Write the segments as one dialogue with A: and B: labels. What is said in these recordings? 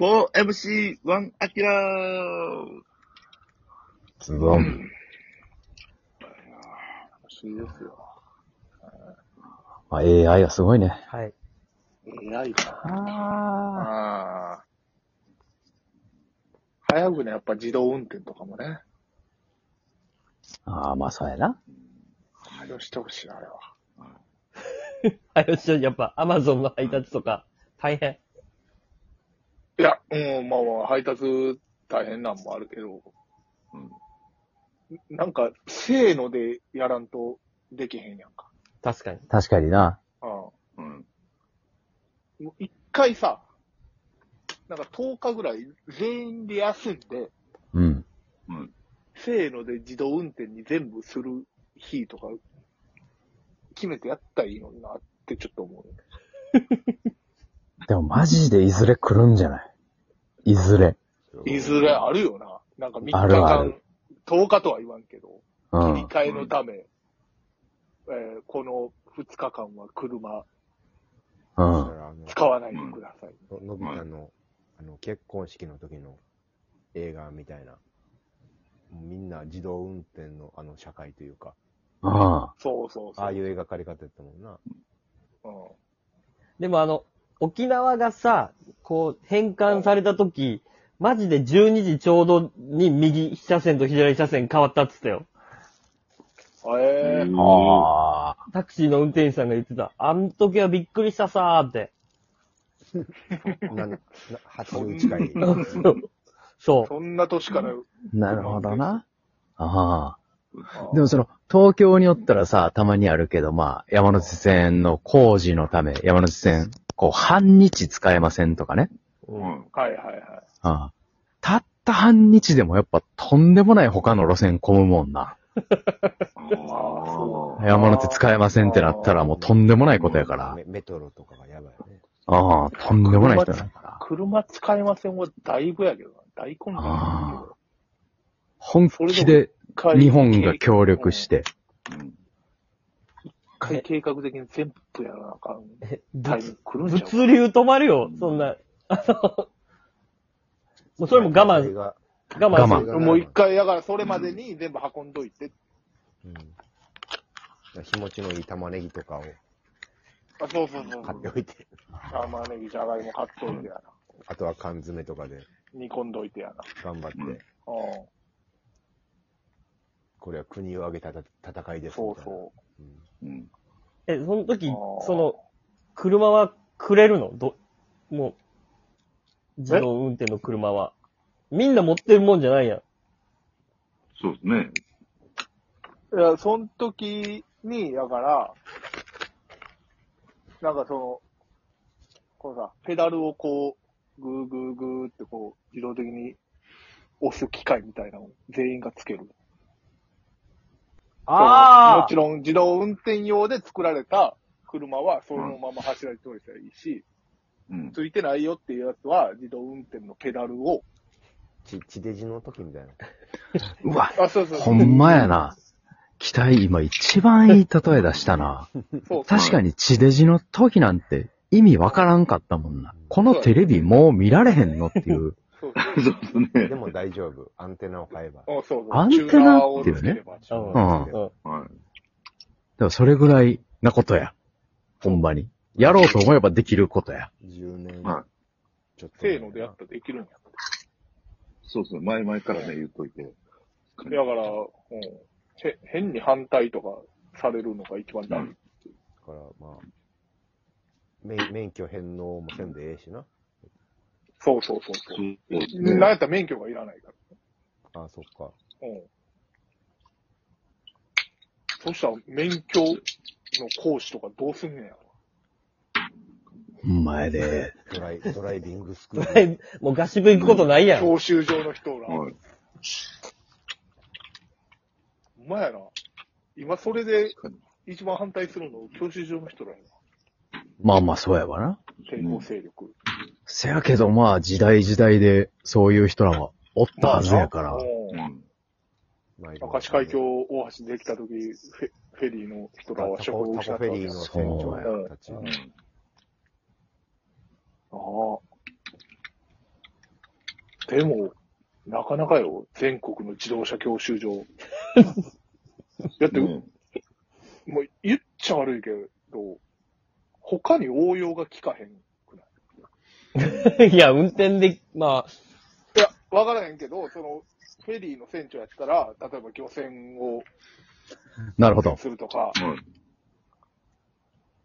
A: 4MC1 アキラー
B: ズド
A: う
B: ン。
A: ん楽しいですよ。
B: まあ、AI がすごいね。
C: はい。
A: AI か。
C: あ
A: ああ。早くね、やっぱ自動運転とかもね、
B: ああ、まあ、そうやな。
A: 対応してほしい、あれは。
C: あ。よし、やっぱ、アマゾンの配達とか、大変。
A: いや、うん、まあまあ、配達大変なんもあるけど、うん、なんか、せーのでやらんとできへんやんか。
C: 確かに。
B: 確かにな。
A: ああうん。もう一回さ、なんか10日ぐらい全員で休んで、
B: うん。
A: せーので自動運転に全部する日とか、決めてやったらいいのになってちょっと思うね。
B: でも、マジでいずれ来るんじゃないいずれ。
A: いずれあるよな。なんか3日間、
B: あるある
A: 10日とは言わんけど、
B: う
A: 切り
B: ん。
A: 替えのため、えーこの2日間は車
B: うん。
D: だからあの
A: 使わないでください。
D: ののび太の、あの、結婚式の時の映画みたいな。もうみんな自動運転のあの社会というか、
B: うん。
A: そうそうそう。
D: ああいう描かれ方やったもんな。
A: うん
C: でもあの、沖縄がさ、こう、返還された時、マジで12時ちょうどに右車線と左車線変わったっつったよ。
A: ええ
B: ああ。
C: タクシーの運転手さんが言ってた。あん時はびっくりしたさー って。
D: なな80近 い。
C: そう。
A: そんな年から、
B: なるほどな。ああ。でもその、東京によったらさ、たまにあるけど、まあ、山手線の工事のため、山手線、こう、半日使えませんとかね。
D: うん
A: はいはいは
B: ああ。たった半日でもやっぱとんでもない他の路線混むもんな。
A: い。
B: 山手使えませんってなったらもうとんでもないことやから。
D: メメトロとかがやばいよね。
B: ああ、とんでもない人やから。
A: 車使えませんはだいぶやけどな。大混乱やけど
B: 本気で日本が協力し。て。
A: 一回計画的に全部やらなあかん。タイム来る
C: 物
A: んちゃう
C: 物流止まるよ、そんな。あの、もうそれも我慢、
D: 慢。
C: 我慢
B: 我
C: する。
D: 慢
A: もう一回、だからそれまでに全部運んどいて。
D: うん。だから日持ちのいい玉ねぎとかを
A: あ、そうそうそうそ
D: 買っ
A: う。
D: ておいて、
A: 玉ねぎ、じゃがいも買っといてやな。
D: あとは缶詰とかで
A: 煮込んどいてやな。
D: 頑張って、
A: う
D: これは国を挙げたた戦いで
A: ん。
D: す
A: そ
D: み
A: う
D: たいな。
A: そ
D: うん
C: え、その
A: あ
C: 時
A: ー、
C: その、車はくれるのど、もう、自動運転の車は。みんな持ってるもんじゃないやん。
E: そうですね。
A: う。いや、その時に、だから、なんかその、こうさ、ペダルをこう、グーグーグーってこう、自動的に押す機械みたいなのを全員がつける。もちろん自動運転用で作られた車はそのまま走られておいたらいいし、
E: うん。
A: ついてないよっていうやつは自動運転のペダルを、
D: ち、地デジの時みたいな。
B: うわ、
A: あ、そうそう
B: ほんまやな。機体今一番いい例え出したな。
A: そう
B: 確かに地デジの時なんて意味わからんかったもんな。このテレビもう見られへんのっていう。
A: そうそう
E: そうですね
D: で。も大丈夫。アンテナを買えば。
A: そうそう。
B: アンテナ
A: チューナーをつければ
C: う。
D: うん
B: うん。
E: は
B: でもそれぐらいなことや。ほんまに。やろうと思えばできることや。
D: 10年
E: い。はい。
D: ちょっと前
A: せー
D: かな。
A: のでやったらできるんや。
E: そうですね。前々からね、言っといて。
A: だから、うん、へ変に反対とかされるのが一番大事。
D: だから、まあ、免免許返納もせんでええしな。
A: そうそうそう
E: そ
A: そうう。
E: です
A: なんや
E: ね。
A: ったら免許がいらないか
D: ああ、そっか。
A: ら。うん。そしたら免許の講師とかどうすんねんやろ。
B: ほんまやで。
D: ドライ、ドライビングスクール。
C: え もう合宿行くことないやん。
A: 教習所の人ら。ほ
E: はい。
A: んまやな。今それで一番反対するの教習所の人らやな。
B: まあまあそうやわな。
A: 抵抗勢力。
B: せやけどまあ時代時代でそういう人らはおったはずやから。
A: うん
E: うん。
D: まあ
A: 明石海峡大橋できたとき、フェフェリーの人らは
D: タ
A: 職
D: コ
A: を
D: タ
A: 失っ
D: コフ
A: たわ
D: ェ
A: け
D: リ
A: で
D: ー
A: す
D: の船長たち。
E: うん
A: ああ。でも、なかなかよ、全国の自動車教習所。だって、
E: うん。
A: もう言っちゃ悪いけど、他に応用が効かへんくない
C: いや、運転で、まあ、
A: いや、わからへんけど、その、フェリーの船長やったら、例えば漁船を
B: なるほど。
A: するとか、
E: はい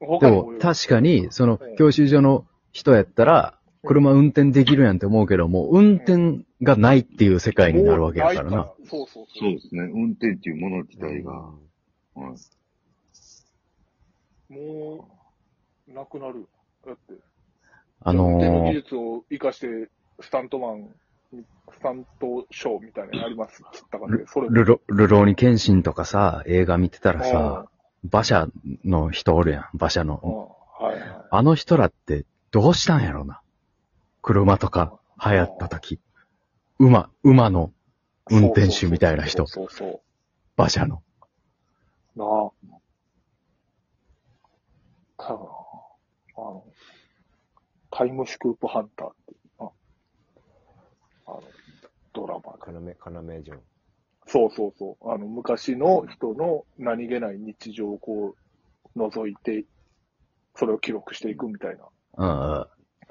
A: 他
B: で
A: に応
B: も
A: 用、
B: 確かに、その、教習所の人やったら、車運転できるやんって思うけども、運転がないっていう世界になるわけやか
A: もう
B: らな。
A: い。そうそうそ。
E: そううですね。運転っていうもの自体が。はい。
A: もう、なくなるよ。だって、
B: あ
A: 運
B: の
A: 転の技
B: ー、
A: 術を活かして、スタントマン、スタントショーみたいなのやりますっつったからね、それ
B: ルロ、ルローニケンシンとかさ、映画見てたら
A: あ
B: さ、馬車の人おるやん、馬車
A: あ、うん
B: の。
A: はいはい。
B: あの人らってどうしたんやろな。車とか流行った時。馬、馬の運転手みたいな人
A: そうそうそう
B: 馬車の。
A: そう。なあ。ただなあの、タイムスクープハンターっていうな。あの、ドラマで。
D: 要、要ジョン。
A: そうそうそう。あの、昔の人の何気ない日常をこう、覗いて、それを記録していくみたい
B: うん
A: な、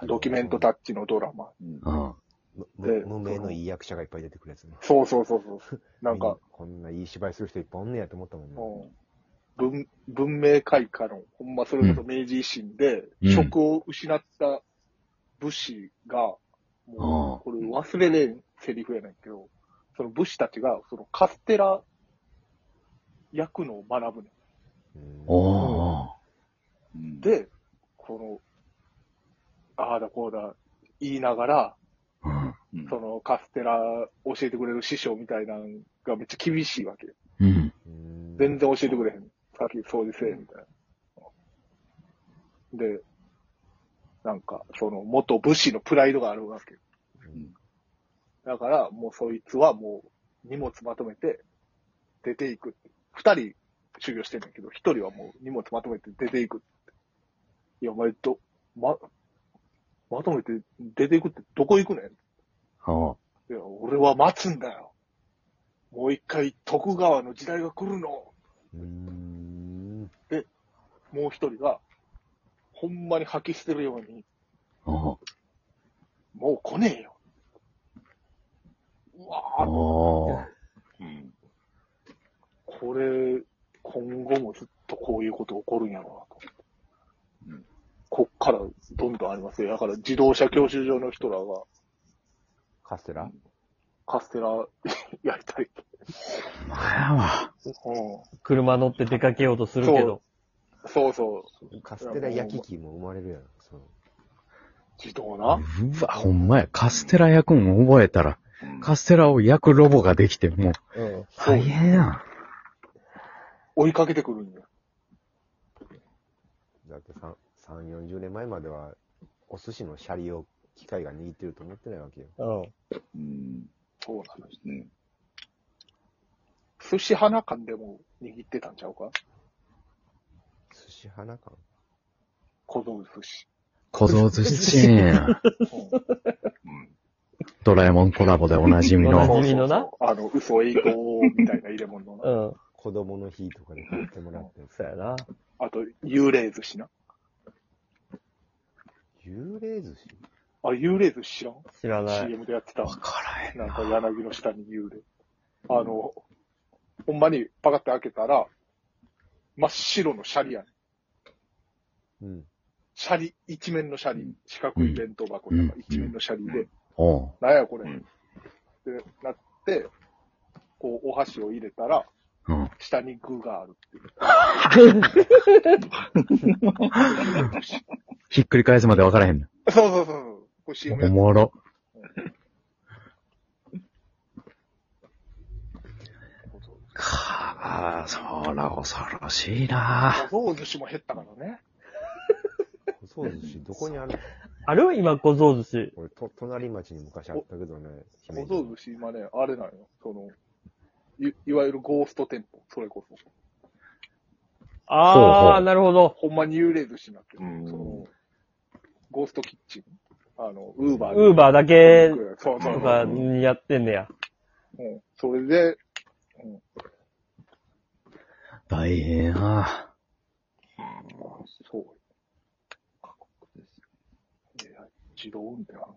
A: ドキュメントタッチのドラマ。
E: うん
B: うん、うん。
D: む
A: で
D: 無無名のいい役者がいっぱい出てくるやつね。
A: そうそうそうそう。なんか、
D: こんないい芝居する人いっぱいおんねやと思ったもんね。
A: もう文文明開化の、ほんまそれこそ明治維新で、
B: うん
A: 職を失った武士が、もう、これ忘れれんセリフやねんけど、その武士たちが、そのカステラ役のを学ぶね
D: うん
B: おー。
E: うん
A: ん。、で、この、ああだこうだ言いながら、
B: うん。
E: うん
A: そのカステラ教えてくれる師匠みたいなのがめっちゃ厳しいわけよ。
B: うん。
D: うん
A: 全然教えてくれへん。さっき掃除せえ、みたいな。で、なんか、その、元武士のプライドがあるわけ。だから、もうそいつはもう、荷物まとめて、出ていくって。二人修行してんだけど、一人はもう荷物まとめて出ていくって。いや、お前、ど、ま、まとめて出ていくってどこ行くねん
B: お
A: いや、俺は待つんだよ。もう一回徳川の時代が来るの。
D: うん。
A: もう一人が、ほんまに吐き捨てるように、
B: お
A: もう来ねえよ。うわぁ、
B: おー
E: うん
A: これ、今後もずっとこういうこと起こるんやろうなと。
E: うん
A: こっからどんどんありますよ。だから自動車教習所の人らが
D: カステラ
A: カステラ やりたいと。
B: まやわ。
A: う
C: 車乗って出かけようとするけど。
A: ん。そうそう。
D: カステラ焼き器も生まれるやん。そう
A: 自動な。
B: うわ、ほんまや。カステラ焼くん覚えたら、カステラを焼くロボができて、もう、
A: そう
B: 大変やん。
A: 追いかけてくるんや。
D: だって3、三40年前までは、お寿司のシャリを機械が握ってると思ってないわけよ。
C: うん。
E: うん。
A: そうな
E: そうですね。
A: の。寿司花館でも握ってたんちゃうか
D: 寿司花館
A: 小僧寿司。
B: 小僧寿司チェーンや。
A: うん
E: うん。
B: ドラえもんコラボでおなじみ
C: お
B: の。
C: なじみのな
A: そうそうそうあの、嘘英語みたいな入れ物の
C: う
A: な。
C: ん。
D: 子供の日とかで買ってもらって。
C: そうやな。
A: あと、幽霊寿司な。
D: 幽霊寿司
A: あ、幽霊寿司知らん
C: 知らない。
A: ?CM でやってた。
B: からへん
A: なんか柳の下に幽霊。あの、ほんまにパカって開けたら、真っ白のシャリやねん。
D: うん。
A: シャリ、一面のシャ
E: う
A: リ
E: ん。
A: 四角い弁当箱の中
B: うん
A: 一面のシャリで、
B: おう。
A: なんやこれ。
E: う
A: っ
E: ん
A: てなって、こう、お箸を入れたら、
B: うん。
A: 下に具があるっていう。
B: ひっくり返すまでわからへんの。
A: そうそうそうそう。これ CM や
B: お
A: ってた
B: もろ。かあ、そら恐ろしいな。
A: 小僧寿司も減ったからね。
D: 小僧寿司どこにあるの
C: ある今、小僧寿司。
D: 俺と、隣町に昔あったけどね。
A: 小僧寿司今ね、あれなんよ。その、いいわゆるゴースト店舗、それこそ。
B: ほうほ
C: あ
B: う
C: ー、なるほど。
A: ほんまに幽霊寿司になってる。
E: うん
A: その、ゴーストキッチン。あの、ウーバー
C: ウーバーだけ
A: そうそう
C: と
A: そう。
C: かやってんねや。
A: うん、それで、
B: 大変や。
A: そう。いや自動運転は。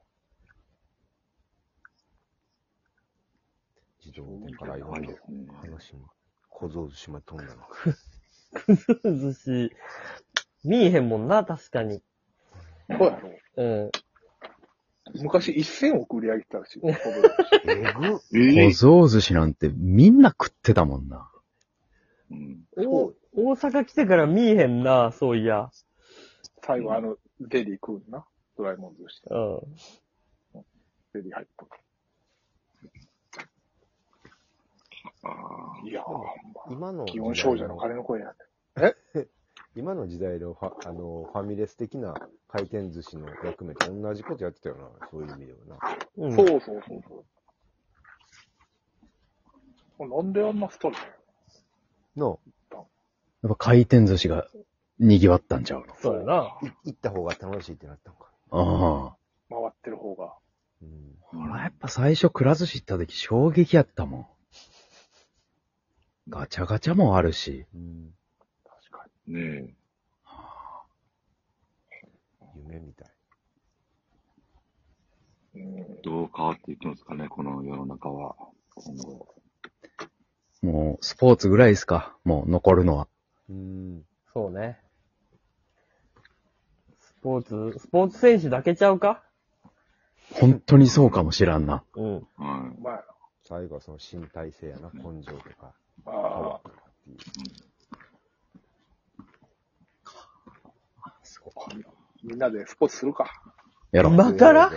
D: 自動運転からいろんな話も、小僧島飛んだの。
C: 寿司、見えへんもんな、確かに。
A: そうやろ。
C: うん。
A: 昔1000億売り上げてた らしい。
D: えぐ
E: え
B: 小
E: え
B: 僧寿司なんてみんな食ってたもんな。
E: うん
C: お大阪来てから見えへんな、そういや。
A: 最後あの、デリー食うんな。ドラえもん寿司。
C: うん。
A: デリー入った。
E: あ
A: いやー、ほんま。
D: 今の時
A: 祇
D: 代
A: 園少女の金の声やね。
D: 今の時代のファあのファミレス的な回転寿司の役目と同じことやってたよな、そういう意味では
C: う
D: な。
C: ん、
A: そうそうそうそう。なんであんな太るの
D: の、
B: やっぱ回転寿司が賑わったんちゃうの
C: そうやな。
D: 行った方が楽しいってなったのか。
B: ああ。
A: 回ってる方が。
D: うん。
B: ほら、やっぱ最初くら寿司行った時衝撃やったもん。ガチャガチャもあるし。
D: うん、
A: 確か
E: あ、ね
D: 夢みたい。
A: に。うん
E: え、。どう変わっていくんですかね、この世の中は。今後。
B: もう、スポーツぐらいですかもう残るのは。
D: うん。
C: そうね。スポーツ、スポーツ選手だけちゃうか
B: 本当にそうかもしらんな。
C: うん。
E: は
A: まあ、
D: 最後はその身体性やな、根性とか、
A: あ
D: パワーとかっていう。
A: あ、みんなでスポーツするか。
B: やろ。
C: 今から